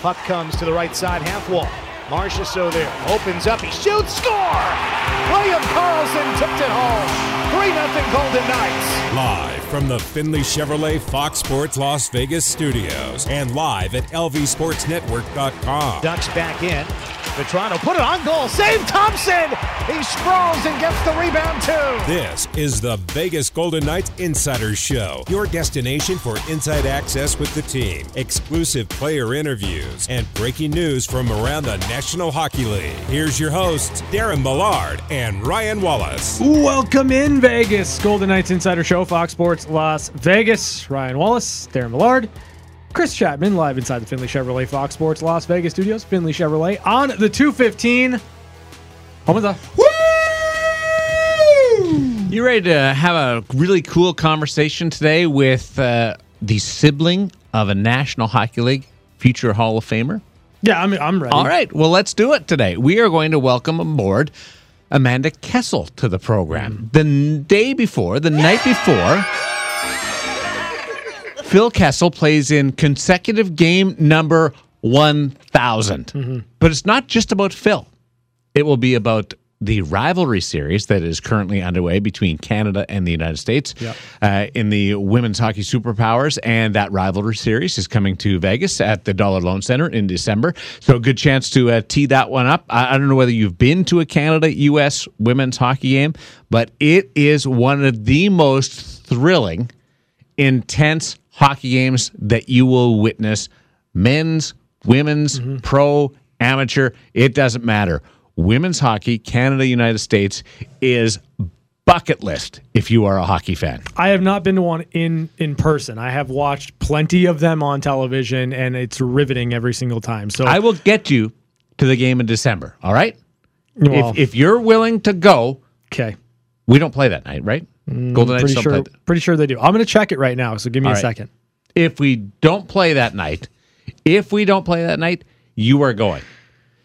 Puck comes to the right side half wall. Marcia so there. Opens up. He shoots. Score! William Carlson tipped it home. 3 0 Golden Knights. Live from the Finley Chevrolet Fox Sports Las Vegas studios and live at lvsportsnetwork.com. Ducks back in. Vetrano put it on goal. Save Thompson. He sprawls and gets the rebound too. This is the Vegas Golden Knights Insider Show, your destination for inside access with the team, exclusive player interviews, and breaking news from around the National Hockey League. Here's your hosts, Darren Millard and Ryan Wallace. Welcome in Vegas, Golden Knights Insider Show, Fox Sports Las Vegas. Ryan Wallace, Darren Millard, Chris Chapman, live inside the Finley Chevrolet Fox Sports Las Vegas studios. Finley Chevrolet on the 215. Home of the. You ready to have a really cool conversation today with uh, the sibling of a National Hockey League future Hall of Famer? Yeah, I'm, I'm ready. All right, well, let's do it today. We are going to welcome aboard Amanda Kessel to the program. The n- day before, the night before, Phil Kessel plays in consecutive game number 1,000. But it's not just about Phil, it will be about the rivalry series that is currently underway between Canada and the United States uh, in the women's hockey superpowers. And that rivalry series is coming to Vegas at the Dollar Loan Center in December. So, good chance to uh, tee that one up. I, I don't know whether you've been to a Canada US women's hockey game, but it is one of the most thrilling intense hockey games that you will witness men's, women's, Mm-hmm. pro, amateur, it doesn't matter. Women's hockey, Canada, United States is bucket list if you are a hockey fan. I have not been to one in in person. I have watched plenty of them on television, and it's riveting every single time. So I will get you to the game in December, all right? well, if, if you're willing to go, okay, we don't play that night, right? Golden Knights Mm, pretty don't sure, play th- pretty sure they do. I'm gonna check it right now. So give me All a right. second. if we don't play that night, if we don't play that night, you are going.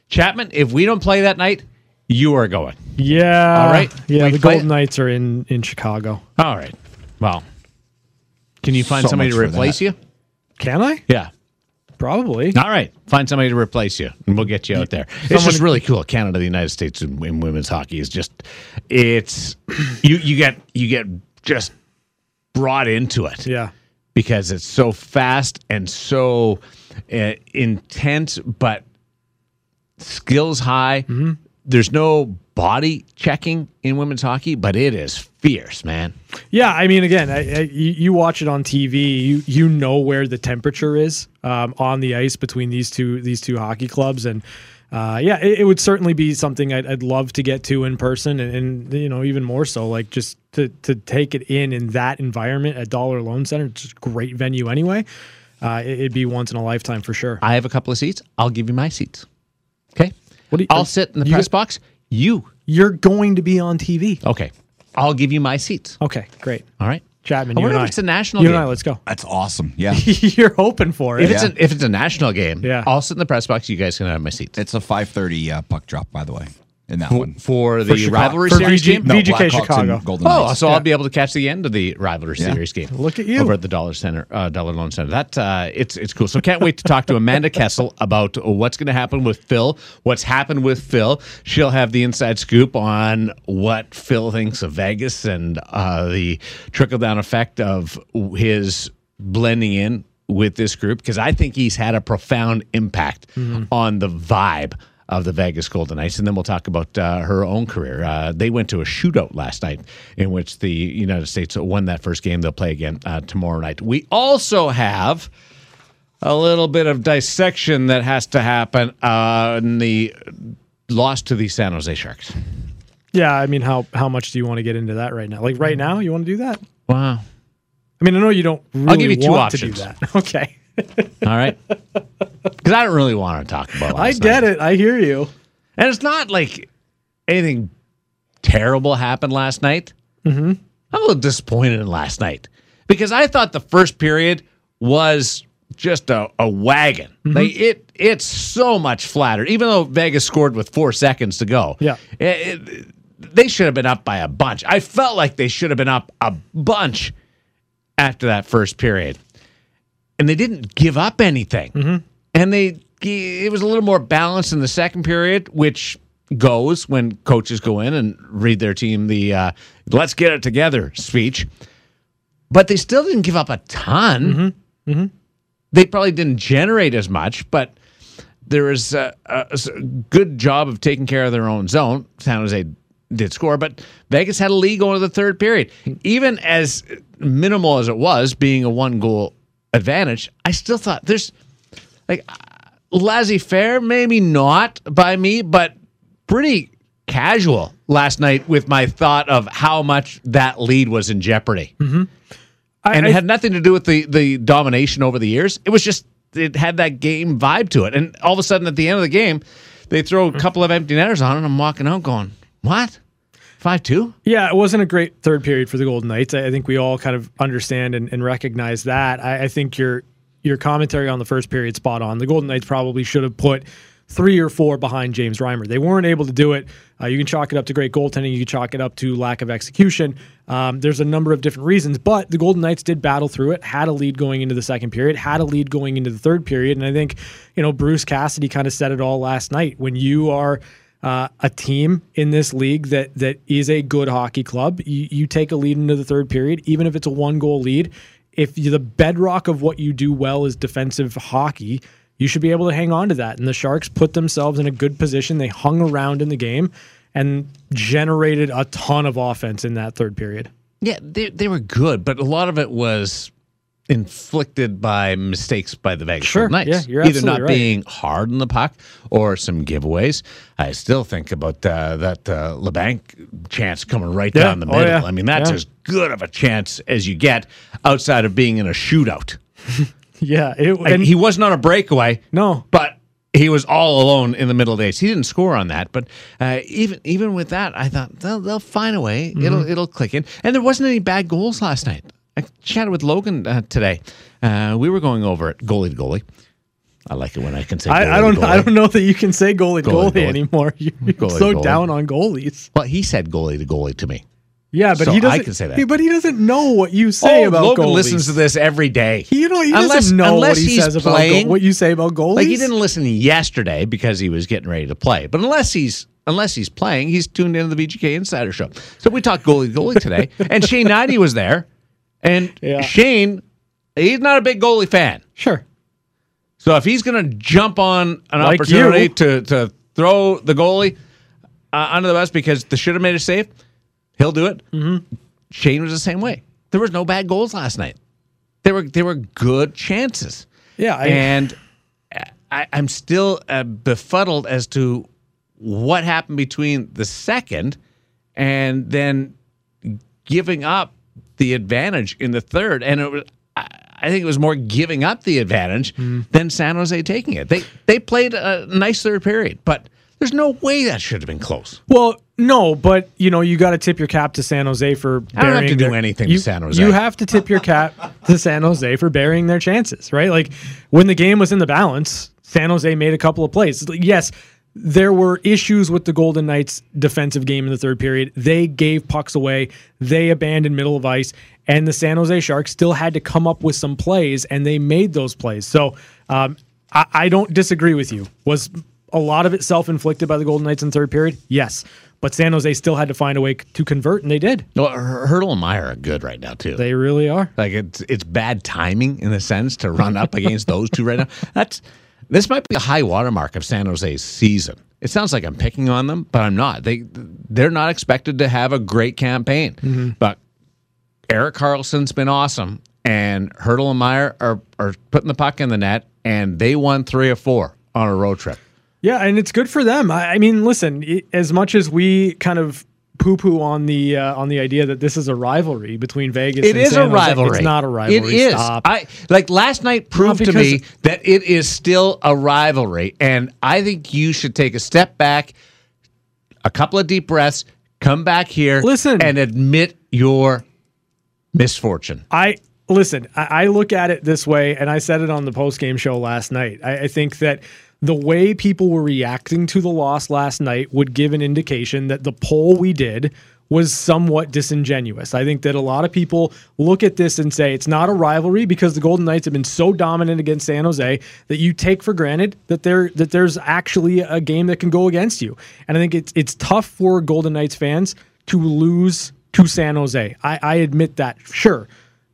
Chapman, if we don't play that night, you are going. Yeah. All right. Yeah, We the play- Golden Knights are in in Chicago. All right. Well, can you find So somebody much to for replace that. you? Can I? Yeah. Probably. All right. Find somebody to replace you, and we'll get you out there. it's just really cool. Canada, the United States, in, in women's hockey is just it's you you get you get just brought into it. Yeah. because it's so fast and so uh, intense, but skills high. There's no body checking in women's hockey, but it is fierce, man. Yeah, I mean, again, I, I, you, you watch it on TV. You you know where the temperature is um, on the ice between these two these two hockey clubs, and uh, yeah, it, it would certainly be something I'd, I'd love to get to in person, and, and you know even more so, like just to to take it in in that environment at Dollar Loan Center, it's just a great venue anyway. Uh, it, it'd be once in a lifetime for sure. I have a couple of seats. I'll give you my seats. Okay. What do you- I'll sit in the you- press box. You. You're going to be on TV. Okay. I'll give you my seats. Okay, great. All right. Chapman, I you wonder and if I. it's a national You game. and I, let's go. That's awesome. Yeah. You're hoping for If it. it's a, if it's a national game, Yeah. I'll sit in the press box. You guys can have my seats it's a 5:30 uh, puck drop by the way in that one. for the Chicago- rivalry for series VG game. VGK Blackhawks and Chicago. Golden Oh, Knights. so I'll be able to catch the end of the rivalry series game. Look at you. over at the Dollar Center, uh, Dollar Loan Center. That uh, it's it's cool. So can't wait to talk to Amanda Kessel about what's going to happen with Phil. What's happened with Phil? She'll have the inside scoop on what Phil thinks of Vegas and uh, the trickle down effect of his blending in with this group because I think he's had a profound impact Mm-hmm. on the vibe of the Vegas Golden Knights, and then we'll talk about uh, her own career. Uh, they went to a shootout last night, in which the United States won that first game. They'll play again uh, tomorrow night. We also have a little bit of dissection that has to happen uh, in the loss to the San Jose Sharks. Yeah, I mean, how how much do you want to get into that right now? Like Mm. right now, you want to do that? Wow. I mean, I know you don't really give you two want to do options. that. Okay. All right. Because I don't really want to talk about. I get it. I hear you. and it's not like anything terrible happened last night. I'm a little disappointed in last night because I thought the first period was just a, a wagon. Like it, it's so much flatter. Even though Vegas scored with four seconds to go, Yeah. it- it- they should have been up by a bunch. I felt like they should have been up a bunch after that first period, and they didn't give up anything. and they it was a little more balanced in the second period, which goes when coaches go in and read their team the uh, "Let's get it together" speech. But they still didn't give up a ton. They probably didn't generate as much, but there was a, a- s- a good job of taking care of their own zone. San Jose did score, but Vegas had a lead going to the third period. Even as minimal as it was, being a one goal advantage, I still thought there's like laissez faire, maybe not by me, but pretty casual last night with my thought of how much that lead was in jeopardy. I, And I- it had nothing to do with the, the domination over the years. It was just, it had that game vibe to it. And all of a sudden at the end of the game, they throw a Hmm. couple of empty netters on, and I'm walking out going, what? 5 2? Yeah, it wasn't a great third period for the Golden Knights. I I think we all kind of understand and, and recognize that. I, I think your your commentary on the first period spot on. The Golden Knights probably should have put three or four behind James Reimer. They weren't able to do it. Uh, you can chalk it up to great goaltending. You can chalk it up to lack of execution. Um, there's a number of different reasons, but the Golden Knights did battle through it. Had a lead going into the second period. Had a lead going into the third period. And I think you know Bruce Cassidy kind of said it all last night. When you are uh, a team in this league that that is a good hockey club. You, you take a lead into the third period, even if it's a one goal lead. If you, the bedrock of what you do well is defensive hockey, you should be able to hang on to that. And the Sharks put themselves in a good position. They hung around in the game and generated a ton of offense in that third period. Yeah, they, they were good, but a lot of it was inflicted by mistakes by the Vegas Sure, Golden Knights. yeah, you're Either absolutely not right. being hard on the puck or some giveaways. I still think about uh, that uh, LeBanc chance coming right Yeah, down the oh, middle. yeah, I mean, that's yeah. as good of a chance as you get outside of being in a shootout. Yeah, it, And he wasn't on a breakaway. No. But he was all alone in the middle of the ice. He didn't score on that, but uh, even even with that, I thought they'll, they'll find a way. Mm-hmm. It'll it'll click in. And there wasn't any bad goals last night. I chatted with Logan uh, today. Uh, we were going over it goalie to goalie. I like it when I can say. Goalie I, I to don't. I goalie. don't know that you can say goalie to Goalie goalie, to goalie. anymore. You're Goalie to so goalie. down on goalies. Well, he said goalie to goalie to me. Yeah, but So I he doesn't. can say that. he- But he doesn't know what you say Oh, about Logan goalies. listens to this every day. He, you know, he Unless- doesn't know what unless he he's says about playing, goal, what you say about goalies. Like he didn't listen yesterday because he was getting ready to play. But unless he's unless he's playing, he's tuned into the BGK Insider Show. So we talked goalie to goalie today, and Shane Knighty was there, and Yeah. Shane, he's not a big goalie fan. Sure. So if he's going to jump on an Like opportunity you. to to throw the goalie uh, under the bus because they should have made a save, he'll do it. Shane was the same way. There was no bad goals last night. There were there were good chances. Yeah, I- and I, I'm still uh, befuddled as to what happened between the second and then giving up the advantage in the third, and it was. I I think it was more giving up the advantage Mm. than San Jose taking it. They they played a nice third period, but there's no way that should have been close. Well, no, but you know, you got to tip your cap to San Jose for. I don't have burying to do their- anything to you, San Jose. You have to tip your cap to San Jose for burying their chances, right? Like when the game was in the balance, San Jose made a couple of plays. Like, Yes, there were issues with the Golden Knights' defensive game in the third period. They gave pucks away. They abandoned middle of ice, and the San Jose Sharks still had to come up with some plays, and they made those plays. So um, I, I don't disagree with you. Was a lot of it self-inflicted by the Golden Knights in the third period? Yes. But San Jose still had to find a way c- to convert, and they did. Well, Hur- Hurdle and Meyer are good right now too. They really are. like it's it's bad timing in a sense to run up against those two right now. That's this might be a high watermark of San Jose's season. It sounds like I'm picking on them, but I'm not. They they're not expected to have a great campaign, but Eric Carlson's been awesome, and Hurdle and Meyer are are putting the puck in the net, and they won three or four on a road trip. Yeah, and it's good for them. I, I mean, listen, i as much as we kind of poo-poo on the uh, on the idea that this is a rivalry between Vegas, It and is San a Jose, rivalry. It's not a rivalry. It is. Stop. I like last night proved to me because- that it is still a rivalry, and I think you should take a step back, a couple of deep breaths, come back here, Listen. and admit your misfortune. I listen. I, I look at it this way, and I said it on the post game show last night. I, I think that the way people were reacting to the loss last night would give an indication that the poll we did was somewhat disingenuous. I think that a lot of people look at this and say it's not a rivalry because the Golden Knights have been so dominant against San Jose that you take for granted that there that there's actually a game that can go against you. And I think it's it's tough for Golden Knights fans to lose to San Jose. I, I admit that, sure.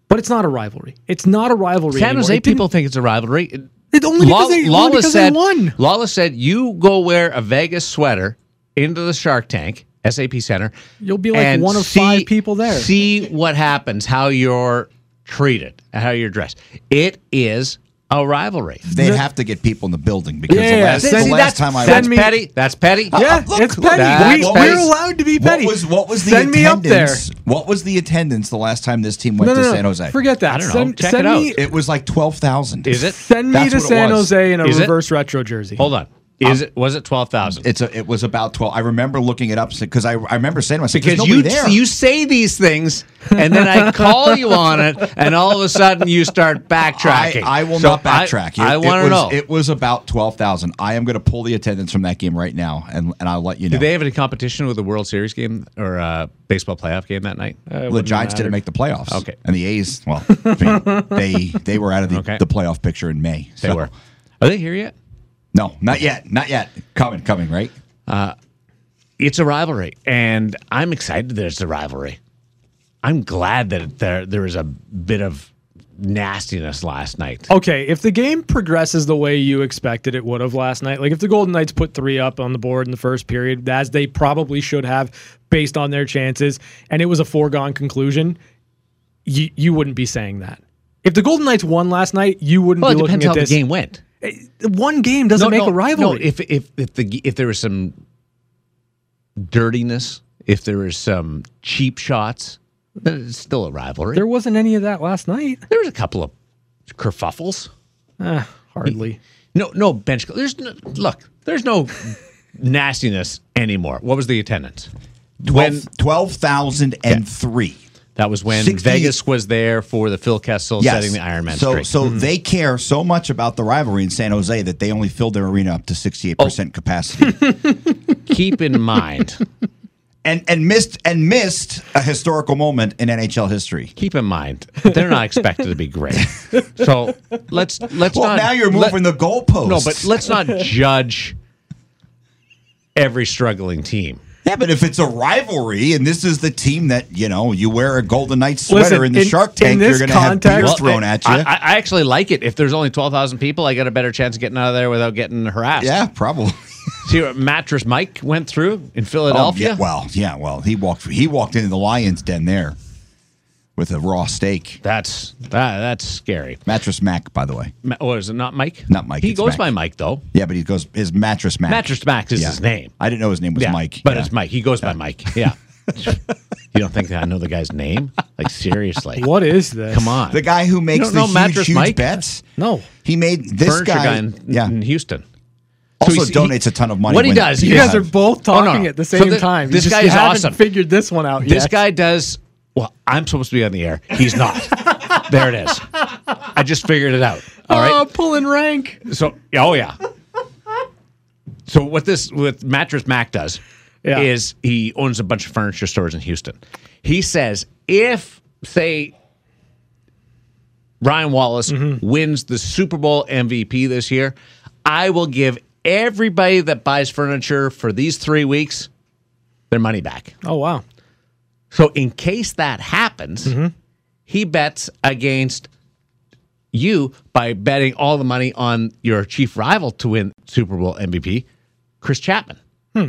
But it's not a rivalry. It's not a rivalry. San anymore. Jose It didn't- people think it's a rivalry. It- It only because they- only because they said, won. Lawless said, "You go wear a Vegas sweater into the Shark Tank, SAP Center. You'll be like and one of five people there." See what happens, how you're treated, and how you're dressed. It is a rivalry. They'd have to get people in the building because Yeah, the yeah, last, send- the see, last that's, time I that's went, me- petty. That's petty. Yeah, Uh, look, it's petty. that's We, petty. we're allowed to be petty. what was what was the Send me up attendance? there. What was the attendance the last time this team went to San Jose? Forget that. I don't know. Send, Check send it out. Me, It was like twelve thousand. Is it? send me That's to what it San was. Jose in a Is it? reverse retro jersey. Hold on. Is it? Was it twelve thousand? It's a, it was about twelve. I remember looking it up because I, I remember saying to myself because "There's you nobody there. you say these things and then I call you on it, and all of a sudden you start I, backtracking. I will So not backtrack. I, I it want to was- know. It was about twelve thousand. I am going to pull the attendance from that game right now, and, and I'll let you know. Do they have any competition with the World Series game or uh, baseball playoff game that night? the Giants didn't make the playoffs. Okay. and the A's. Well, I mean, they they were out of the, Okay. the playoff picture in May. they so- were. Are they here yet? No, not yet. Not yet. Coming, coming. Right. It's a rivalry, and I'm excited that it's a rivalry. I'm glad that there there was a bit of nastiness last night. Okay, if the game progresses the way you expected it would have last night, like if the Golden Knights put three up on the board in the first period, as they probably should have based on their chances, and it was a foregone conclusion, you, you wouldn't be saying that. If the Golden Knights won last night, you wouldn't well, be it looking depends at how this. Eh, the game went. One game doesn't make a rivalry. No, if if if the if there was some dirtiness, if there was some cheap shots, then it's still a rivalry. there There, wasn't any of that last night. was a couple of kerfuffles. Ah, hardly. No, no bench. There's no, look. There's no nastiness anymore. What was the attendance? When- 12 12,003. That was when 60 Vegas was there for the Phil Kessel Yes. setting the Iron Man so, streak. Hmm. So they care so much about the rivalry in San Jose that they only filled their arena up to Oh. 68% capacity Keep in mind. and and missed and missed a historical moment in NHL history. Keep in mind. They're not expected to be great. So let's let's Well, not. now you're let- moving the goalposts. No, but let's not judge every struggling team. yeah, but if it's a rivalry and this is the team that, you know, you wear a Golden Knight sweater Listen, in the in- Shark in Tank, you're this going to have beer context- Well, thrown at you. I, I I actually like it. If there's only 12,000 people, I got a better chance of getting out of there without getting harassed. yeah, probably. See what Mattress Mike went through in Oh, Philadelphia? yeah, well, yeah, well, he walked he walked into the lion's den there with a raw steak. That's that, that's scary. Mattress Mac, by the way. Ma- Or is it not Mike? Not Mike, He it's goes Mac. by Mike, though. Yeah, but he goes his mattress Mac. Mattress Max is Yeah. his name. I didn't know his name was Yeah, Mike. But Yeah. it's Mike. He goes by Mike. Yeah. you don't think that I know the guy's name? Like, seriously. What is this? Come on. The guy who makes don't the know huge, Mattress huge Mike? bets. No. He made this furniture guy, guy. in, yeah. in Houston. Also he's- donates a ton of money What he when- does, You Yeah. guys are both Oh, no, talking no. at the So same the- time. You this just guy is haven't awesome. Figured this one out This yet. guy does. Well, I'm supposed to be on the air. He's not. there it is. I just figured it out. All Oh, right. pulling rank. So, oh yeah. So what this what mattress Mac does Yeah. is he owns a bunch of furniture stores in Houston. He says if say Ryan Wallace wins the Super Bowl MVP this year, I will give everybody that buys furniture for these three weeks their money back. Oh wow. So in case that happens, Mm-hmm. he bets against you by betting all the money on your chief rival to win Super Bowl MVP, Chris Chapman. Hmm.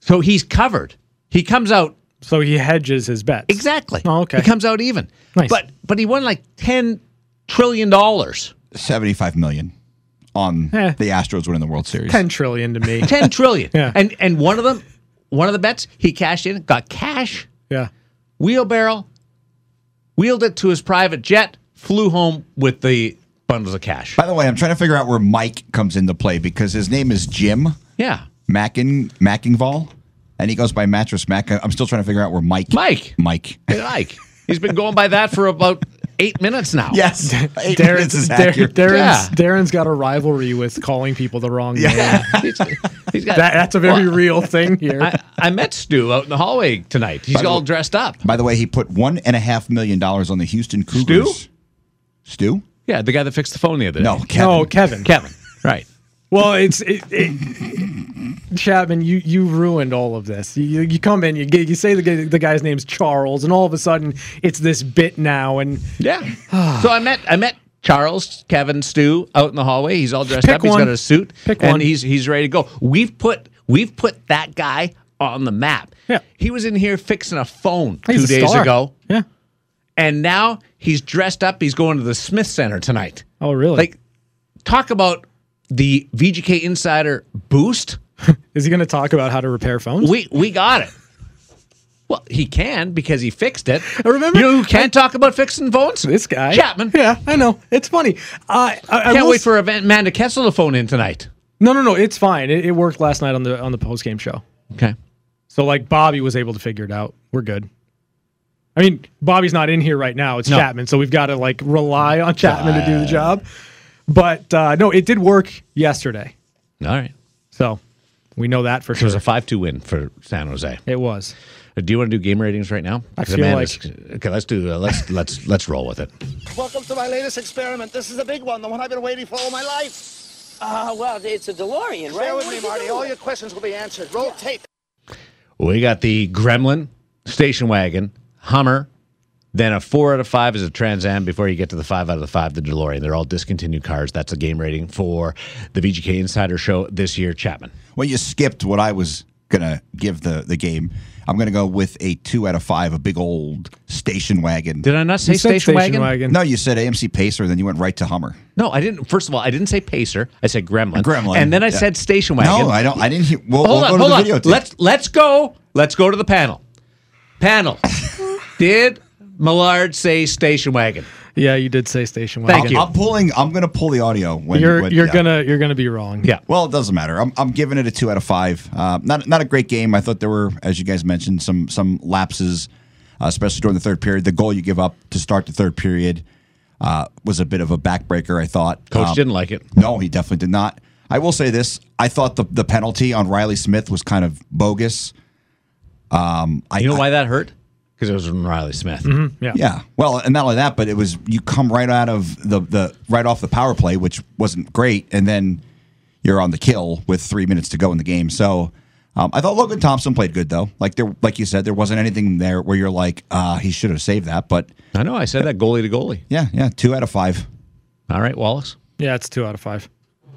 So he's covered. He comes out So he hedges his bets. exactly. Oh, okay. He comes out even. Nice. But but he won like ten trillion dollars. 75 million on Eh. the Astros winning the World Series. Ten trillion to me. Ten trillion. Yeah. And and one of them, one of the bets he cashed in, got cash, yeah. wheelbarrow, wheeled it to his private jet, flew home with the bundles of cash. By the way, I'm trying to figure out where Mike comes into play because his name is Jim Yeah. Mackin Mackingval and he goes by Mattress Mac. I'm still trying to figure out where Mike Mike. Mike. Hey, Mike. He's been going by that for about eight minutes now. Yes. Eight minutes is Dar- accurate. Yeah. Darren's, Darren's got a rivalry with calling people the wrong name. He's- he's got, That, that's a very Well, real thing here. I, I met Stu out in the hallway tonight. He's the all way- dressed up. By the way, he put one and a half million dollars on the Houston Cougars. Stu? Yeah, the guy that fixed the phone the other day. No, Kevin. oh, Kevin. Kevin. Right. Well, it's it, it, Chapman. You you ruined all of this. You, you come in, you g- you say the g- the guy's name's Charles, and all of a sudden it's this bit now. And Yeah. so I met I met Charles, Kevin, Stu out in the hallway. He's all dressed Pick up. He's one. got a suit. Pick and one. he's he's ready to go. We've put we've put that guy on the map. Yeah. He was in here fixing a phone he's two a days star. ago. yeah, And now he's dressed up. He's going to the Smith Center tonight. Oh, really? Like talk about the VGK insider boost. is he going to talk about how to repair phones? We we got it. Well, he can because he fixed it. remember- you know who can talk about fixing phones? this guy Chapman. Yeah, I know. It's funny. I I, I Can't will wait for Evan- Amanda Kessel to phone in tonight. No, no, no. It's fine. It, it worked last night on the on the post game show. Okay. So like Bobby was able to figure it out. We're good. I mean, Bobby's not in here right now. It's Chapman, so we've got to like rely on Chapman to do the job. But uh, no, it did work yesterday, All right. so we know that for It sure. was a 5 2 win for San Jose. Uh, it was. Do you want to do game ratings right now? I 'Cause feel Amanda's- Okay, let's do uh, let's let's let's roll with it. Welcome to my latest experiment. This is a big one, the one I've been waiting for all my life. Uh, well, it's a DeLorean, right? Bear What with me, did you Marty. do? All your questions will be answered. Roll tape. We got the Gremlin, station wagon, Hummer, then a 4 out of 5 is a Trans Am before you get to the 5 out of the 5 the DeLorean. They're all discontinued cars. That's a game rating for the VGK Insider show this year, Chapman. Well, you skipped what I was gonna give the the game. I'm gonna go with a two out of five, a big old station wagon. Did I not say You said station, wagon? no, you said AMC Pacer, then you went right to Hummer. No, I didn't. First of all, I didn't say Pacer. I said Gremlin. Gremlin. And then I Yeah. said station wagon. No, I don't. I didn't. Hear, we'll, hold we'll on, go to hold the on. videotape. Let's let's go. Let's go to the panel. Panel. Did Millard say station wagon? Yeah, you did say station wagon. Thank you. I'm pulling. I'm gonna pull the audio. When You're when- you're yeah. gonna you're gonna be wrong. Yeah. Well, it doesn't matter. I'm, I'm giving it a two out of five. Uh, not not a great game. I thought there were, as you guys mentioned, some some lapses, uh, especially during the third period. The goal you give up to start the third period uh, was a bit of a backbreaker. I thought Coach Um, didn't like it. No, he definitely did not. I will say this: I thought the the penalty on Riley Smith was kind of bogus. Um, I You know why that hurt? Because it was from Riley Smith. Mm-hmm. yeah. yeah. Well, and not only that, but it was you come right out of the the right off the power play, which wasn't great, and then you're on the kill with three minutes to go in the game. So um, I thought Logan Thompson played good though. Like there, like you said, there wasn't anything there where you're like, uh, he should have saved that. But I know. I said that goalie to goalie. yeah, yeah, two out of five. All right, Wallace. Yeah, it's two out of five.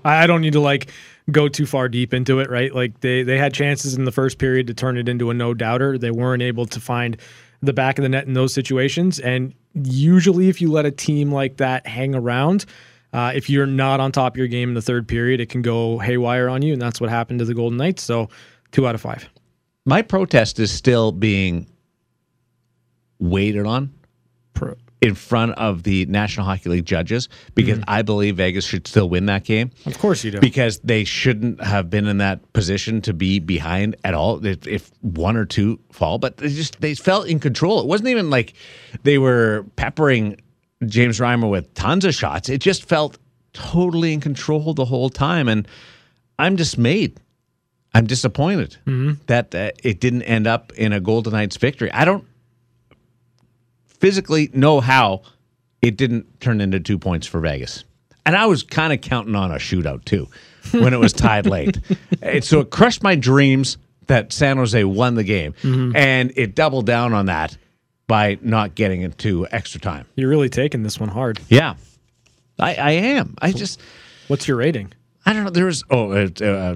I, I don't need to like go too far deep into it, right? Like they they had chances in the first period to turn it into a no doubter. They weren't able to find the back of the net in those situations. And usually, if you let a team like that hang around. Uh, if you're not on top of your game in the third period, it can go haywire on you, and that's what happened to the Golden Knights. So, two out of five. My protest is still being waited on Pro- in front of the National Hockey League judges because Mm-hmm. I believe Vegas should still win that game. Of course you do. because they shouldn't have been in that position to be behind at all if, if one or two fall but they just they felt in control it wasn't even like they were peppering james reimer with tons of shots it just felt totally in control the whole time and i'm dismayed i'm disappointed that uh, it didn't end up in a golden knights victory i don't physically know how it didn't turn into two points for Vegas. And I was kind of counting on a shootout too when it was tied late. And so it crushed my dreams that San Jose won the game. And it doubled down on that by not getting into extra time. You're really taking this one hard. Yeah. I, I am. I just, What's your rating? I don't know. There was, oh, uh, uh,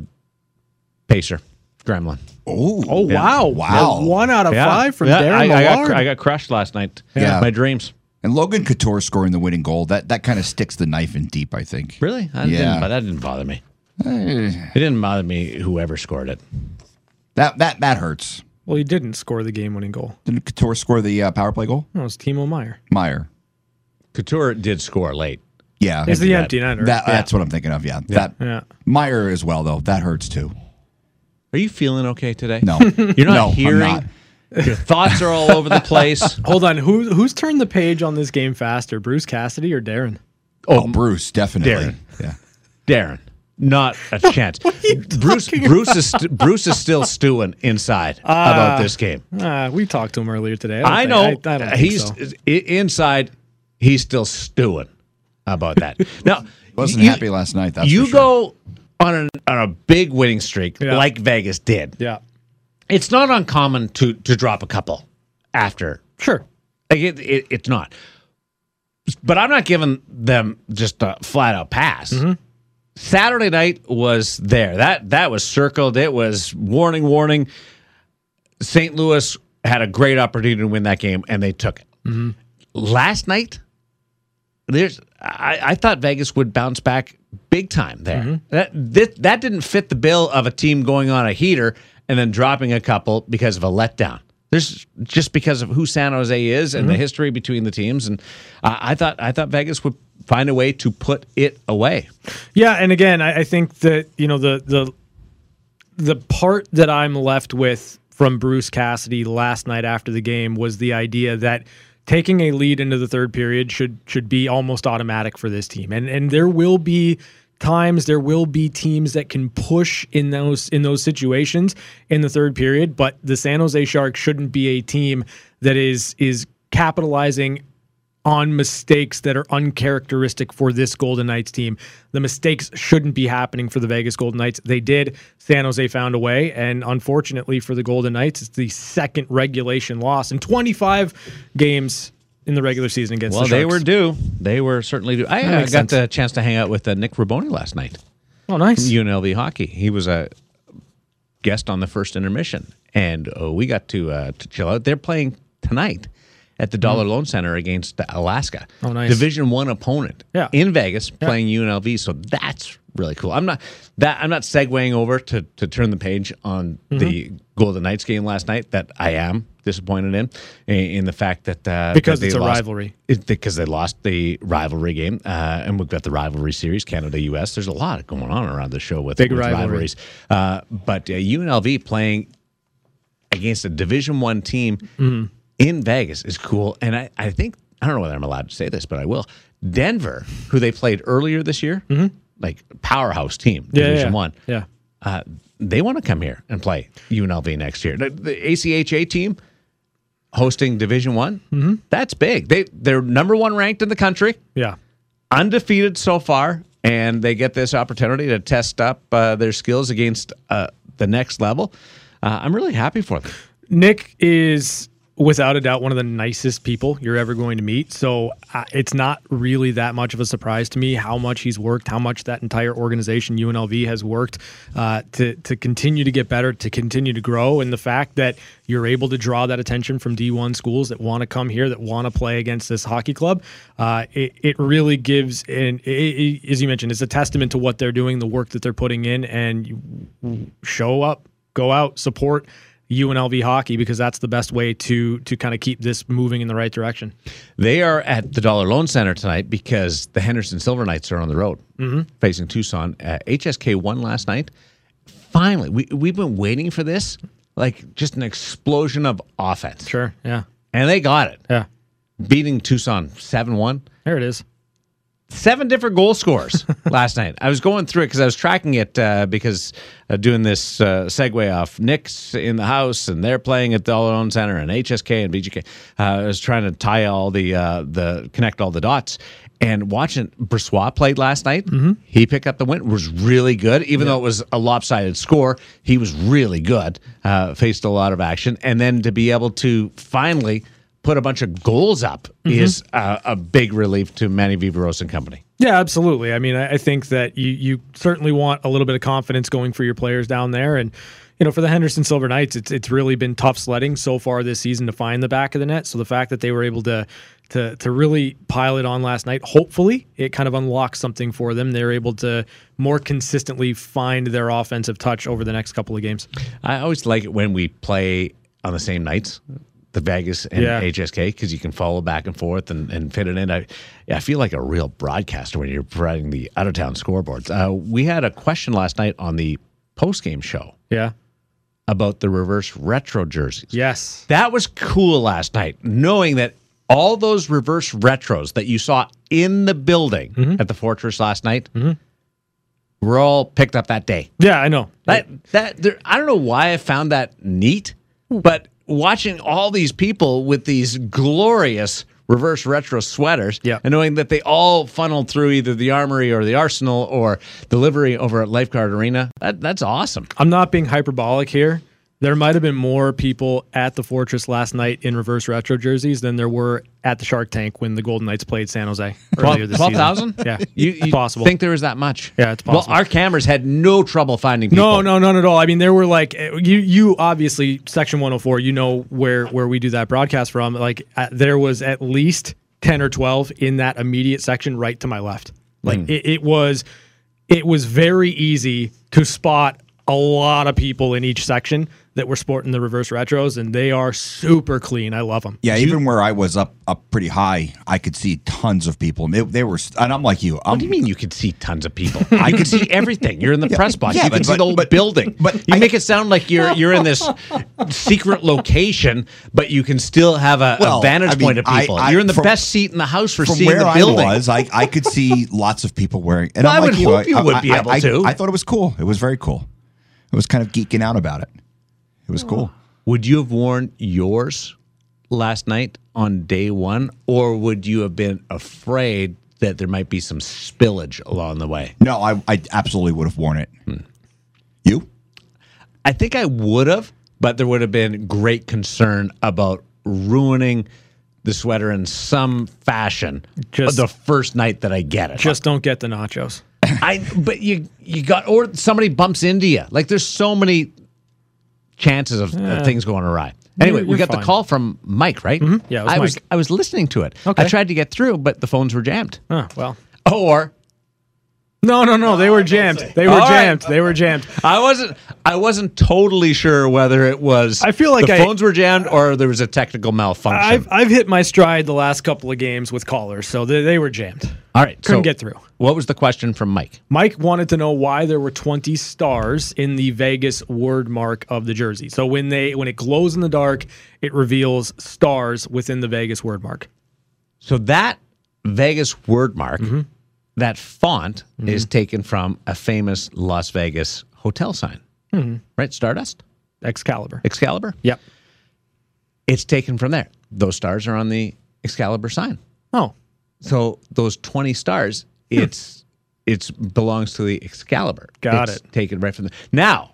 Pacer, Gremlin. Oh, Oh wow, Wow. A one out of five from Yeah, Darren I, I, got, Millard. cr- I got crushed last night. Yeah. My dreams. and Logan Couture scoring the winning goal that that kind of sticks the knife in deep. I think. Really? I Yeah. Didn't, but that didn't bother me. It didn't bother me. Whoever scored it. That that that hurts. well, he didn't score the game-winning goal. Didn't Couture score the uh, power play goal? No, it was Timo Meyer. Meyer. Couture did score late. Yeah. It's the that. empty netter. That, That's what I'm thinking of. Yeah. That Yeah. Meyer as well though. That hurts too. Are you feeling okay today? No, You're not No, I'm hearing. not. Your thoughts are all over the place. Hold on. Who who's turned the page on this game faster, Bruce Cassidy or Darren? Oh, Bruce, definitely. Darren. Yeah. Darren, not a chance. Bruce Bruce is st- Bruce is still stewing inside about this game. Uh, we talked to him earlier today. don't Ah. I think- know I, I don't think he's so. i- inside. He's still stewing about that. now Wasn't you- happy last night. That's you for sure. go on an, on a big winning streak Yeah. like Vegas did. Yeah. It's not uncommon to to drop a couple after Sure. like it, it, it's not. But I'm not giving them just a flat out pass. Saturday night was there. That that was circled. It was warning, warning. St. Louis had a great opportunity to win that game, and they took it. Last night, there's I, I thought Vegas would bounce back big time there. Mm-hmm. That, that that didn't fit the bill of a team going on a heater and then dropping a couple because of a letdown. There's just because of who San Jose is and the Mm-hmm. history between the teams, and I I thought I thought Vegas would find a way to put it away. Yeah, and again, I, I think that you know the the the part that I'm left with from Bruce Cassidy last night after the game was the idea that taking a lead into the third period should should be almost automatic for this team. And and there will be times there will be teams that can push in those in those situations in the third period, but the San Jose Sharks shouldn't be a team that is is capitalizing on mistakes that are uncharacteristic for this Golden Knights team. The mistakes shouldn't be happening for the Vegas Golden Knights. They did. San Jose found a way. And unfortunately for the Golden Knights, it's the second regulation loss in 25 games in the regular season against Well, the they Sharks. were due. They were certainly due. I, I got makes sense. the chance to hang out with uh, Nick Raboni last night. Oh, nice. UNLV hockey. He was a guest on the first intermission, and uh, we got to uh, to chill out. They're playing tonight at the Dollar Loan Center against Alaska. Mm-hmm. Oh, nice. Division one opponent. Yeah. in Vegas playing UNLV. So that's really cool. I'm not that I'm not segueing over to to turn the page on Mm-hmm. the Golden Knights game last night. That I am disappointed in in, in the fact that uh, Because that it's they a lost- rivalry. it, because they lost the rivalry game, uh, and we've got the rivalry series, Canada U.S. There's a lot going on around the show with Big with rivalry. rivalries, uh, but uh, UNLV playing against a Division One team Mm-hmm. in Vegas is cool, and I, I think I don't know whether I'm allowed to say this, but I will. Denver, who they played earlier this year, like powerhouse team, Mm-hmm. Yeah, yeah, Division yeah. One, Yeah. uh, they want to come here and play UNLV next year. The, the ACHA team hosting Division One, that's big. They they're number one ranked in the country, Yeah. undefeated so far, and they get this opportunity to test up uh, their skills against uh, the next level. Uh, I'm really happy for them. Nick is without a doubt one of the nicest people you're ever going to meet. So uh, it's not really that much of a surprise to me how much he's worked, how much that entire organization UNLV has worked uh, to to continue to get better, to continue to grow, and the fact that you're able to draw that attention from D1 schools that want to come here, that want to play against this hockey club, uh, it, it really gives and it, it, as you mentioned, it's a testament to what they're doing, the work that they're putting in, and you show up, go out, support. UNLV hockey because that's the best way to to kind of keep this moving in the right direction. They are at the Dollar Loan Center tonight because the Henderson Silver Knights are on the road facing Tucson. Uh, HSK won last night. Finally, we, we've been waiting for this like just an explosion of offense. Sure. Yeah. And they got it, Yeah. beating Tucson 7 1. There it is. Seven different goal scores last night. I was going through it because I was tracking it uh, because uh, doing this uh, segue off Nick's in the house and they're playing at the Dollar Loan Center and HSK and BGK. Uh, I was trying to tie all the, uh, the connect all the dots. And watching Bressois played last night, he picked up the win. Was really good, even though it was a lopsided score. He was really good. Uh, faced a lot of action, and then to be able to finally put a bunch of goals up is uh, a big relief to Manny Viveros and company. Yeah, absolutely. I mean, I, I think that you you certainly want a little bit of confidence going for your players down there, and you know, for the Henderson Silver Knights, it's it's really been tough sledding so far this season to find the back of the net. So the fact that they were able to to to really pile it on last night, hopefully, it kind of unlocks something for them. They're able to more consistently find their offensive touch over the next couple of games. I always like it when we play on the same nights, the Vegas and Yeah. HSK, because you can follow back and forth and, and fit it in. I, I feel like a real broadcaster when you're providing the out of town scoreboards. Uh, we had a question last night on the post game show Yeah. about the reverse retro jerseys. Yes. That was cool last night, knowing that all those reverse retros that you saw in the building at the Fortress last night were all picked up that day. Yeah, I know. That that there, I don't know why I found that neat, but watching all these people with these glorious reverse retro sweaters Yeah. and knowing that they all funneled through either the armory or the arsenal or delivery over at lifeguard arena that, that's awesome I'm not being hyperbolic here. There might have been more people at the Fortress last night in reverse retro jerseys than there were at the Shark Tank when the Golden Knights played San Jose earlier this season. 12000 Yeah, you, it's you possible. think there was that much Yeah, it's possible. well our cameras had no trouble finding people No, no, none at all. I mean, there were like eh, you, you obviously section 104. You know where where we do that broadcast from. Like uh, there was at least 10 or 12 in that immediate section right to my left. Like it, it was, it was very easy to spot a lot of people in each section that were sporting the reverse retros, and they are super clean. I love them. Yeah, even where I was up up pretty high, I could see tons of people. And They, they were, and I'm like you. I'm, What do you mean you could see tons of people? I could see everything. You're in the press box. yeah, you can but- see the whole but- building. but you I- make it sound like you're you're in this secret location, but you can still have a, a Well, vantage I mean, point of I- people. I- you're in the from- best seat in the house for From seeing where the I building. was, I, I could see lots of people wearing. And Well, I'm I like would you, hope you would I- be I- able I- to. I thought it was cool. It was very cool. I was kind of geeking out about it. It was cool. Would you have worn yours last night on day one, or would you have been afraid that there might be some spillage along the way? No, I, I absolutely would have worn it. Hmm. You? I think I would have, but there would have been great concern about ruining the sweater in some fashion Just- the first night that I get it. Just don't get the nachos. I but you you got or somebody bumps into you. Like there's so many chances of, of things going awry. Anyway, You're- we you're got fine. Mm-hmm. the call from Mike, right? Yeah, it was I was Mike. I was listening to it. I Okay. tried to get through, but the phones were jammed. Huh, well, Or no, no, no. They were jammed. They were All right. jammed. They were jammed. I wasn't. I wasn't totally sure whether it was. I feel like the I- phones were jammed or there was a technical malfunction. I've I've hit my stride the last couple of games with callers, so they, they were jammed. All right, Couldn't get through. What was the question from Mike? Mike wanted to know why there were 20 stars in the Vegas word mark of the jersey. So when they when it glows in the dark, it reveals stars within the Vegas word mark. So that Vegas word mark, Mm-hmm. that font is taken from a famous Las Vegas hotel sign, Mm-hmm. right? Stardust, Excalibur. Excalibur. Yep. It's taken from there. Those stars are on the Excalibur sign. Oh. So those twenty stars, Hmm. it's it's belongs to the Excalibur. Got It's it. Taken right from there. Now,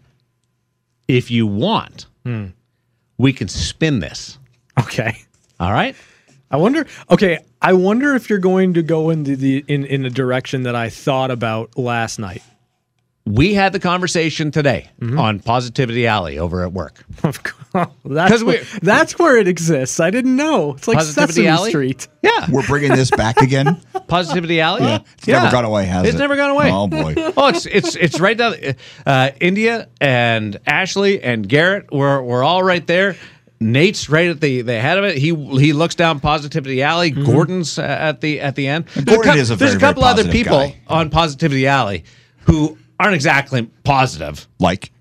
if you want, Hmm. we can spin this. Okay. All right. I wonder. Okay, I wonder if you're going to go into the in in the direction that I thought about last night. We had the conversation today Mm-hmm. on Positivity Alley over at work. Of course, that's 'Cause we- where, that's where it exists. I didn't know. It's like Positivity Sesame Alley? Street. Yeah. We're bringing this back again. Positivity Alley. Yeah. It's never gone away, has It's it? never gone away. Oh boy. Oh, it's it's it's right down. Uh, India and Ashley and Garrett were were all right there. Nate's right at the, the head of it. He he looks down Positivity Alley. Gordon's uh, at the at the end. There's Mm-hmm. Gordon cou- is a There's very, a couple very other positive people guy. on Positivity Alley who aren't exactly positive, Like,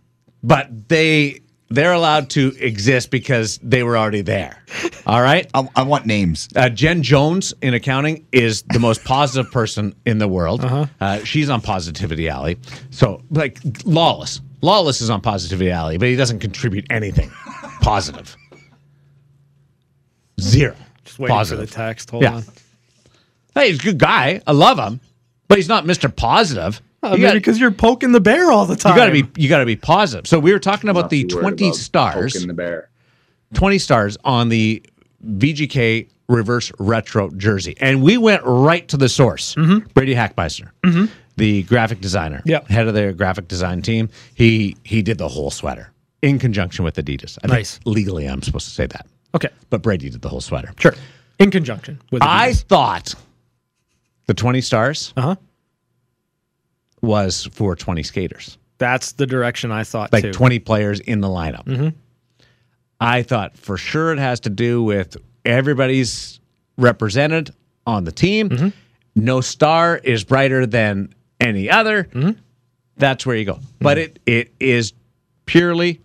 but they they're allowed to exist because they were already there. All right. I, I want names. Uh, Jen Jones in accounting is the most positive person in the world. Uh-huh. uh she's on Positivity Alley. So, like, Lawless. Lawless is on Positivity Alley, but he doesn't contribute anything positive. Zero. Just waiting positive. for the text. Hold Yeah. on. Hey, he's a good guy. I love him, but he's not Mr. Positive. Oh, you maybe got because you're poking the bear all the time. to be you got to be positive. So we were talking about not the too worried twenty about stars. poking the bear. 20 stars on the VGK reverse retro jersey. And we went right to the source Mm-hmm. Brady Hackmeister, the graphic designer, Yep. head of their graphic design team. He he did the whole sweater in conjunction with Adidas. I Nice. Think legally, I'm supposed to say that. Okay, But Brady did the whole sweater. sure. In conjunction with I Adidas. thought the 20 stars Uh-huh. was for 20 skaters. that's the direction I thought like too. Mm-hmm. 20 players in the lineup. I thought for sure it has to do with everybody's represented on the team. Mm-hmm. No star is brighter than Mm-hmm. any other. That's where you go. But it it is purely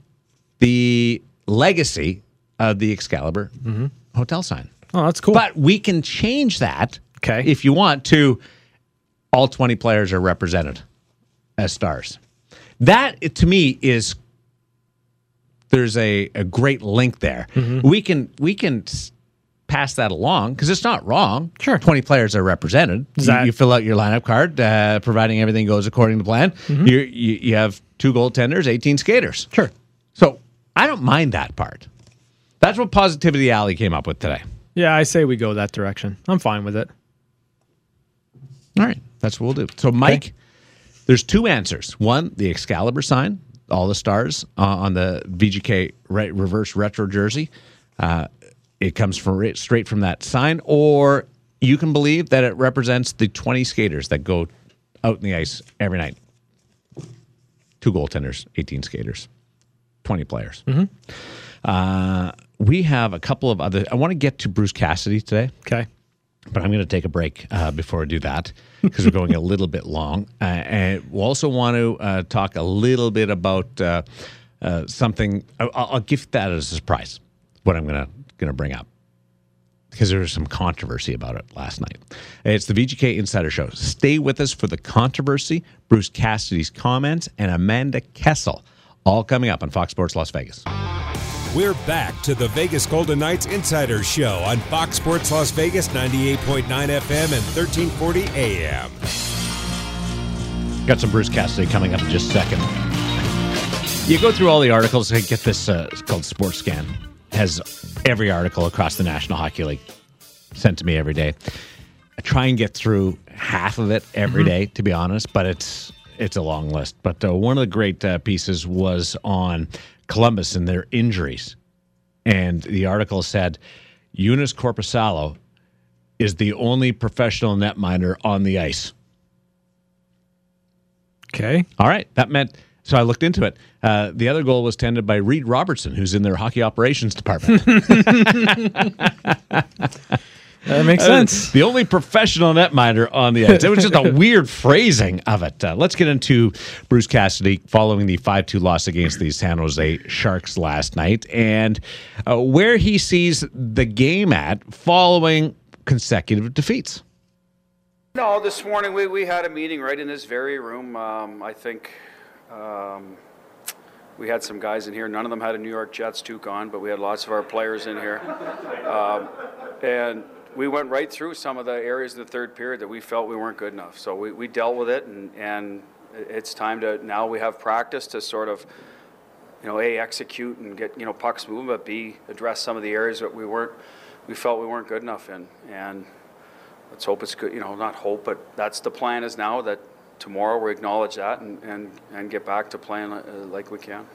the legacy of the Excalibur Mm-hmm. hotel sign. Oh, that's cool. But we can change that Okay. if you want to all 20 players are represented as stars. That it- to me is there's a, a great link there. Mm-hmm. We can we can s- pass that along because it's not wrong. Sure. 20 players are represented. You- that- you, fill out your lineup card, uh, providing everything goes according to plan. You, you you have two goaltenders, 18 skaters. Mm-hmm. sure. So I don't mind that part. That's what Positivity Alley came up with today. Yeah, I say we go that direction. I'm fine with it. All right, that's what we'll do. So, Mike, there's two answers. One, the Excalibur sign, all the stars uh, on the VGK re- reverse retro jersey. Uh, it comes from right- straight from that sign, or you can believe that it represents the 20 skaters that go out in the ice every night. Two goaltenders, 18 skaters, 20 players. Uh, we have a couple of other. I want to get to Bruce Cassidy today Okay. but I'm going to take a break uh, before I do that because we're going a little bit long. Uh, and we also want to uh, talk a little bit about uh, uh, something. I'll, I'll give that as a surprise. What I'm going to going to bring up because there was some controversy about it last night. It's the VGK Insider Show. Stay with us for the controversy, Bruce Cassidy's comments, and Amanda Kessel, all coming up on Fox Sports Las Vegas. We're back to the Vegas Golden Knights Insider Show on Fox Sports Las Vegas 98.9 FM and 1340 AM. Got some Bruce Cassidy coming up in just a second. You go through all the articles. I get this uh, it's called Sports Scan. Has every article across the National Hockey League sent to me every day. I try and get through half of it every day, to be honest, but it's it's a long list. But uh, one of the great uh, pieces was on Columbus and their injuries, and the article said Eunice Corposalo is the only professional netminder on the ice. Okay. All right. That meant, so I looked into it. Uh, the other goal was tended by Reed Robertson, who's in their hockey operations department. That makes sense. Uh, the only professional netminder on the ice. It was just a weird phrasing of it. Uh, let's get into Bruce Cassidy following the 5 2 loss against the San Jose Sharks last night and uh, where he sees the game at following consecutive defeats. No, this morning we, we had a meeting right in this very room. Um, I think um, we had some guys in here. None of them had a New York Jets toque on, but we had lots of our players in here. Um, and we went right through some of the areas in the third period that we felt we weren't good enough. So we, we dealt with it, and, and it's time to now we have practice to sort of you know, A, execute and get, you know, pucks moving, but B, address some of the areas that we weren't, we felt we weren't good enough in. And let's hope it's good, you know, not hope, but that's the plan is now that tomorrow we acknowledge that and, and, and get back to playing uh, like we can.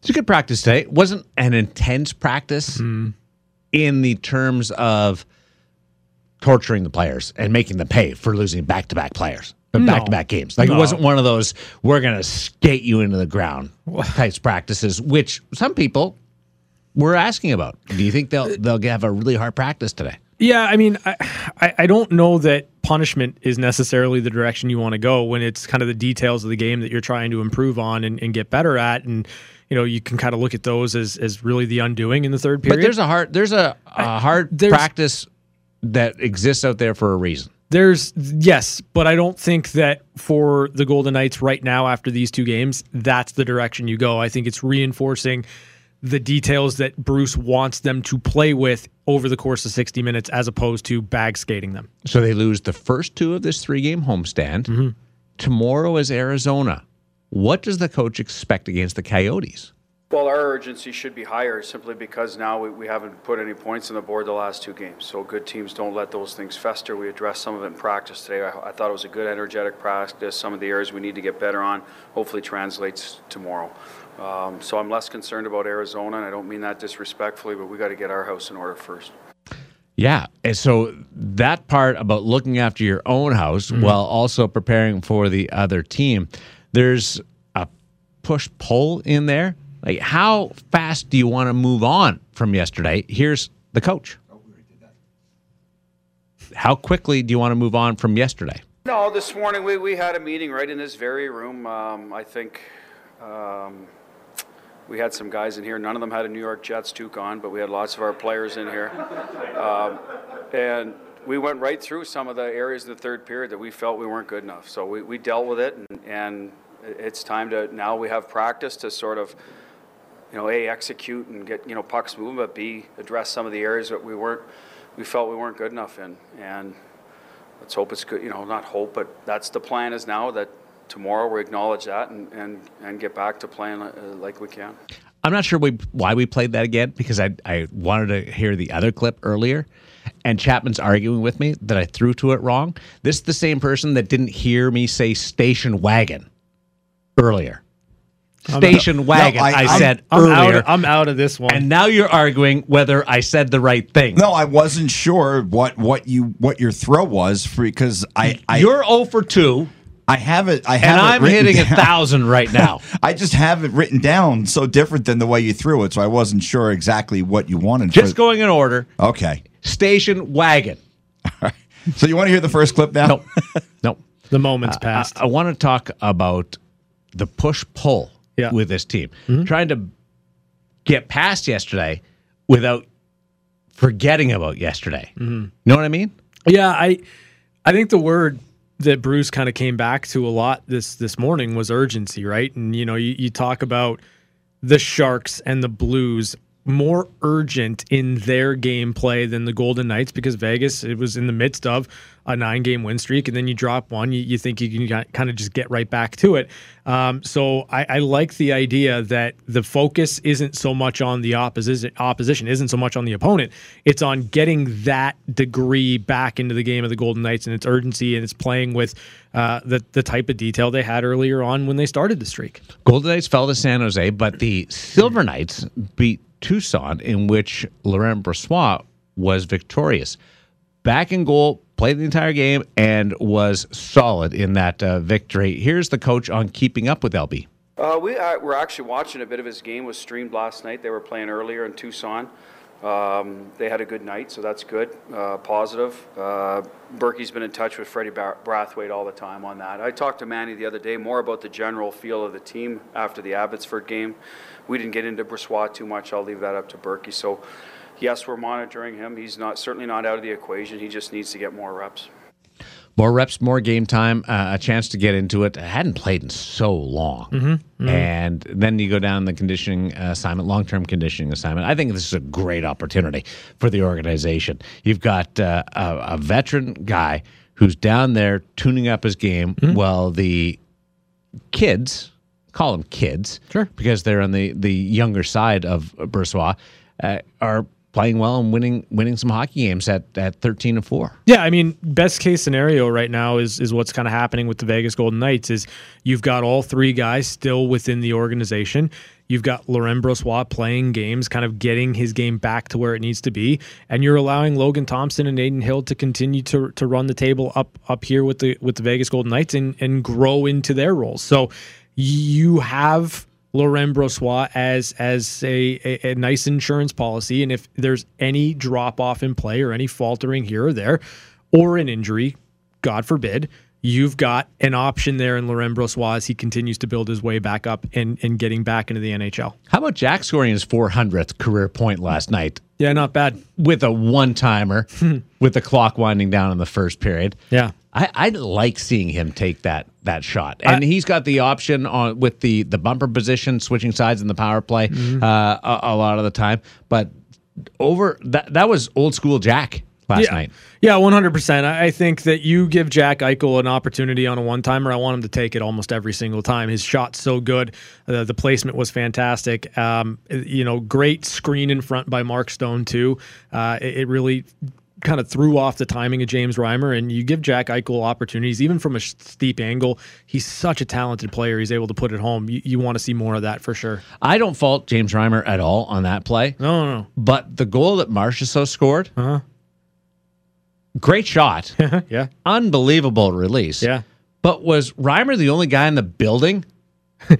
It's a good practice today. It wasn't an intense practice Mm-hmm. in the terms of torturing the players and making them pay for losing back to back players, back to back games. Like it No. wasn't one of those, we're going to skate you into the ground types practices, which some people were asking about. Do you think they'll, they'll have a really hard practice today? Yeah, I mean, I, I, I don't know that punishment is necessarily the direction you want to go when it's kind of the details of the game that you're trying to improve on and, and get better at. And, you know, you can kind of look at those as, as really the undoing in the third But period. there's a hard, there's a, a hard there's- practice that exists out there for a reason. There's yes, but I don't think that for the Golden Knights right now after these two games, that's the direction you go. I think it's reinforcing the details that Bruce wants them to play with over the course of 60 minutes as opposed to bag skating them. So they lose the first two of this three game homestand. Tomorrow is Arizona. What does the coach expect against the Coyotes? Well, our urgency should be higher simply because now we, we haven't put any points on the board the last two games. So good teams don't let those things fester. We addressed some of it in practice today. I, I thought it was a good energetic practice. Some of the areas we need to get better on hopefully translates tomorrow. Um, so I'm less concerned about Arizona, and I don't mean that disrespectfully, but we got to get our house in order first. Yeah. And so that part about looking after your own house while also preparing for the other team, there's a push pull in there. Like, how fast do you want to move on from yesterday? Here's the coach. How quickly do you want to move on from yesterday? No, this morning we, we had a meeting right in this very room. Um, I think um, We had some guys in here. None of them had a New York Jets toque on, but we had lots of our players in here. Um, And we went right through some of the areas of the third period that we felt we weren't good enough. So we, we dealt with it, and, and it's time to now we have practice to sort of, you know, A, execute and get, you know, pucks moving, but B, address some of the areas that we weren't, we felt we weren't good enough in. And let's hope it's good, you know, not hope, but that's the plan is now that tomorrow we acknowledge that and, and, and get back to playing uh, like we can. I'm not sure we, why we played that again because I, I wanted to hear the other clip earlier. And Chapman's arguing with me that I threw to it wrong. This is the same person that didn't hear me say station wagon earlier. Station wagon, No, I, I- I'm- said I'm out, earlier. of, I'm out of this one. and now you're arguing whether I said the right thing. No, I wasn't sure what what you what your throw was for, because I I you're 0 for 2, I have it I have and it I'm written hitting a down. thousand right now. I just have it written down so different than the way you threw it, so I wasn't sure exactly what you wanted. Just for- going in order. okay. Station wagon. So you want to hear the first clip now? No, no. the moment's passed. I, want to talk about the push pull Yeah. Mm-hmm. with this team. Trying to get past yesterday without forgetting about yesterday. Mm-hmm. Know what I mean? Yeah, I I think the word that Bruce kind of came back to a lot this this morning was urgency, right? And you know, you, you talk about the Sharks and the Blues more urgent in their gameplay than the Golden Knights because Vegas it was in the midst of a nine game win streak and then you drop one you, you think you can kind of just get right back to it um, so I, I like the idea that the focus isn't so much on the opposition opposition isn't so much on the opponent it's on getting that degree back into the game of the Golden Knights and its urgency and it's playing with uh, the, the type of detail they had earlier on when they started the streak Golden Knights fell to San Jose, but the Silver Knights beat Tucson, in which Laurent Brossois was victorious. Back in goal, played the entire game, and was solid in that uh, victory. Here's the coach on keeping up with LB. Uh, we uh, were actually watching a bit of his game. Was streamed last night. They were playing earlier in Tucson. Um, they had a good night, so that's good, uh, positive. Uh, Berkey's been in touch with Freddie Bar- Brathwaite all the time on that. I talked to Manny the other day more about the general feel of the team after the Abbotsford game. We didn't get into Bressois too much. I'll leave that up to Berkey. So, yes, we're monitoring him. He's not certainly not out of the equation. He just needs to get more reps. More reps, more game time, uh, a chance to get into it. I hadn't played in so long. And then you go down the conditioning assignment, long term conditioning assignment. I think this is a great opportunity for the organization. You've got uh, a, a veteran guy who's down there tuning up his game while the kids call them kids Sure. because they're on the the younger side of Bursois, uh, are playing well and winning winning some hockey games at, at 13 and 4. Yeah, I mean, best case scenario right now is is what's kind of happening with the Vegas Golden Knights is you've got all three guys still within the organization. You've got Laurent Brossois playing games, kind of getting his game back to where it needs to be, and you're allowing Logan Thompson and Aiden Hill to continue to to run the table up up here with the with the Vegas Golden Knights and and grow into their roles. So you have Laurent Brossois as as a, a, a nice insurance policy. And if there's any drop off in play or any faltering here or there, or an injury, God forbid, you've got an option there in Laurent Brossois as he continues to build his way back up and, and getting back into the NHL. How about Jack scoring his 400th career point last night Yeah, not bad. with a one timer with the clock winding down in the first period? Yeah. I, I like seeing him take that that shot, and he's got the option on with the the bumper position, switching sides in the power play Mm-hmm. uh, a, a lot of the time. But over that that was old school Jack last yeah. night. Yeah, one hundred percent. I I think that you give Jack Eichel an opportunity on a one timer. I want him to take it almost every single time. His shot's so good. Uh, the placement was fantastic. Um, you know, great screen in front by Mark Stone too. Uh, it, it really kind of threw off the timing of James Reimer, and you give Jack Eichel opportunities even from a sh- steep angle. He's such a talented player. He's able to put it home. You, you want to see more of that for sure. I don't fault James Reimer at all on that play. No, no, no. But the goal that Marchessault scored, Uh-huh. great shot, Yeah, unbelievable release. yeah. But was Reimer the only guy in the building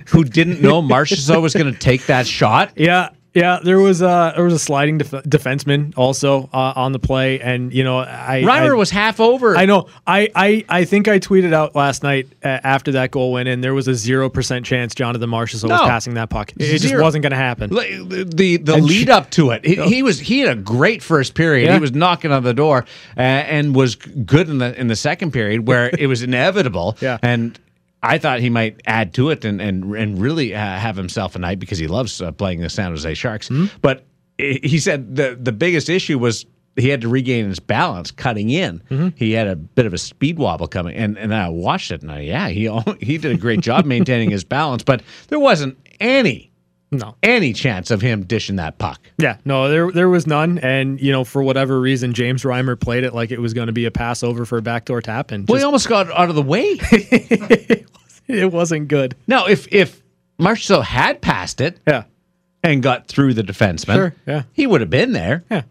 who didn't know Marchessault was going to take that shot? Yeah, Yeah, there was a there was a sliding def- defenseman also uh, on the play, and you know I Reimer I- was half over. I know. I, I I think I tweeted out last night uh, after that goal went in. There was a zero percent chance Jonathan Marchessault was No. passing that puck. It, it just Zero. wasn't going to happen. L- the the And lead she- Oh. up to it. He, he was he had a great first period. Yeah. He was knocking on the door uh, and was good in the in the second period where it was inevitable. Yeah. and. I thought he might add to it and and, and really uh, have himself a night because he loves uh, playing the San Jose Sharks. Hmm? But he he said the the biggest issue was he had to regain his balance cutting in. Mm-hmm. He had a bit of a speed wobble coming, and and I watched it and I, yeah, he al- he did a great job maintaining his balance, but there wasn't any No. any chance of him dishing that puck. Yeah. No. There there was none, and you know for whatever reason James Reimer played it like it was going to be a pass over for a backdoor tap, and Well, he just- almost got out of the way. it wasn't good. now, if if Marchessault had passed it Yeah. and got through the defenseman, Sure, yeah. he would have been there Yeah.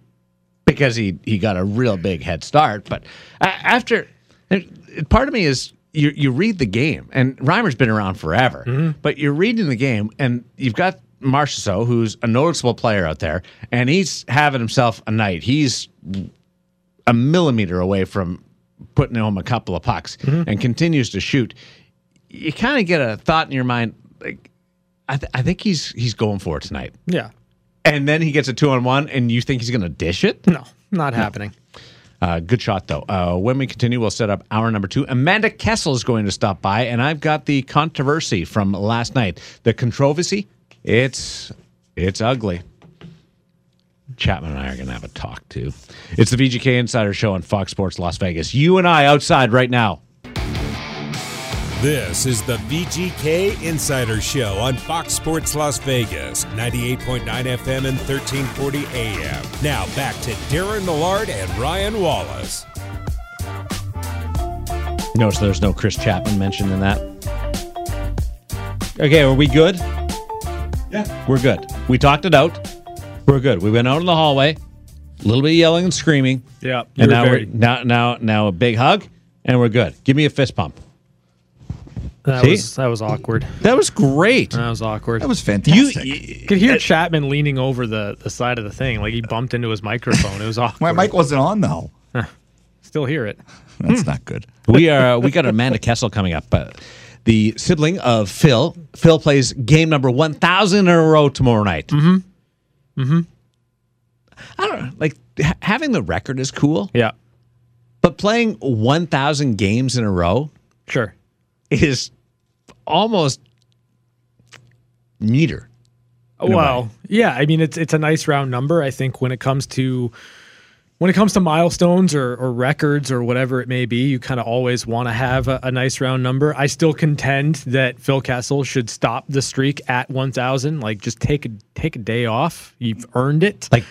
because he he got a real big head start. But a- after, and part of me is. You, you read the game, and Reimer's been around forever, Mm-hmm. but you're reading the game, and you've got Marchessault, who's a noticeable player out there, and he's having himself a night. He's a millimeter away from putting home a couple of pucks Mm-hmm. and continues to shoot, you kind of get a thought in your mind like, I, th- I think he's he's going for it tonight. Yeah. And then he gets a two on one, and you think he's going to dish it? No. Not happening. Uh, good shot, though. Uh, when we continue, we'll set up hour number two. Amanda Kessel is going to stop by, and I've got the controversy from last night. The controversy, it's it's ugly. Chapman and I are going to have a talk too. It's the VGK Insider Show on Fox Sports Las Vegas. You and I outside right now. This is the VGK Insider Show on Fox Sports Las Vegas, 98.9 FM and 1340 AM. Now back to Darren Millard and Ryan Wallace. Notice there's no Chris Chapman mentioned in that. Okay, are we good? We're good. We talked it out. We're good. We went out in the hallway, a little bit of yelling and screaming, Yeah. and now we're now now now a big hug, and we're good. Give me a fist pump. that See? was that was awkward. That was great. That was awkward. That was you, fantastic. you- could hear Chapman leaning over the, the side of the thing, like he bumped into his microphone. It was awkward. My mic wasn't on though. Still hear it. That's Hmm. not good. we are we got Amanda Kessel coming up, but the sibling of Phil. Phil plays game number one thousand in a row tomorrow night. Mm-hmm. Mm-hmm. I don't know. Like ha- having the record is cool, Yeah. but playing one thousand games in a row Sure. is almost neater. in a way. Well, yeah, I mean it's it's a nice round number. I think when it comes to when it comes to milestones or, or records or whatever it may be, you kind of always want to have a, a nice round number. I still contend that Phil Kessel should stop the streak at 1,000. Like, just take a take a day off. You've earned it. like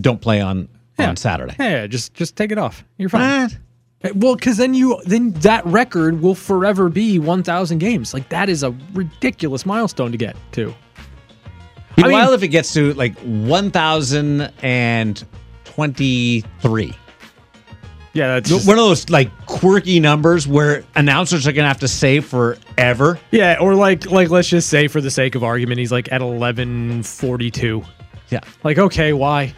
don't play on Yeah. on Saturday. Yeah, just just take it off. You're Ah, Eh, fine. Hey, Well, because then you then that record will forever be 1,000 games. Like that is a ridiculous milestone to get to. Be I mean- wild if it gets to like one thousand and twenty-three. Yeah, that's One of those like quirky numbers where announcers are gonna have to say forever. Yeah, or like like let's just say for the sake of argument, he's like at eleven forty two. Yeah. Like okay, why?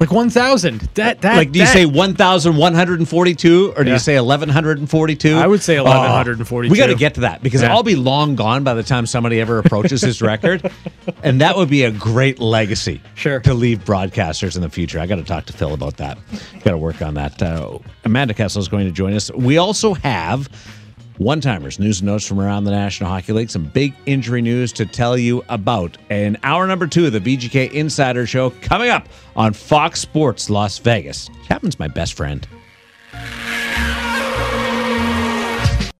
Like one thousand. That that Like, do you that- say 1,142 or do Yeah. you say 1,142? I would say Oh, 1,142. we got to get to that because Yeah. I'll be long gone by the time somebody ever approaches his record. And that would be a great legacy Sure. to leave broadcasters in the future. I got to talk to Phil about that. Got to work on that. Uh, Amanda Kessel is going to join us. We also have one timers, news and notes from around the National Hockey League, some big injury news to tell you about. And hour number two of the VGK Insider Show coming up on Fox Sports Las Vegas. Chapman's my best friend.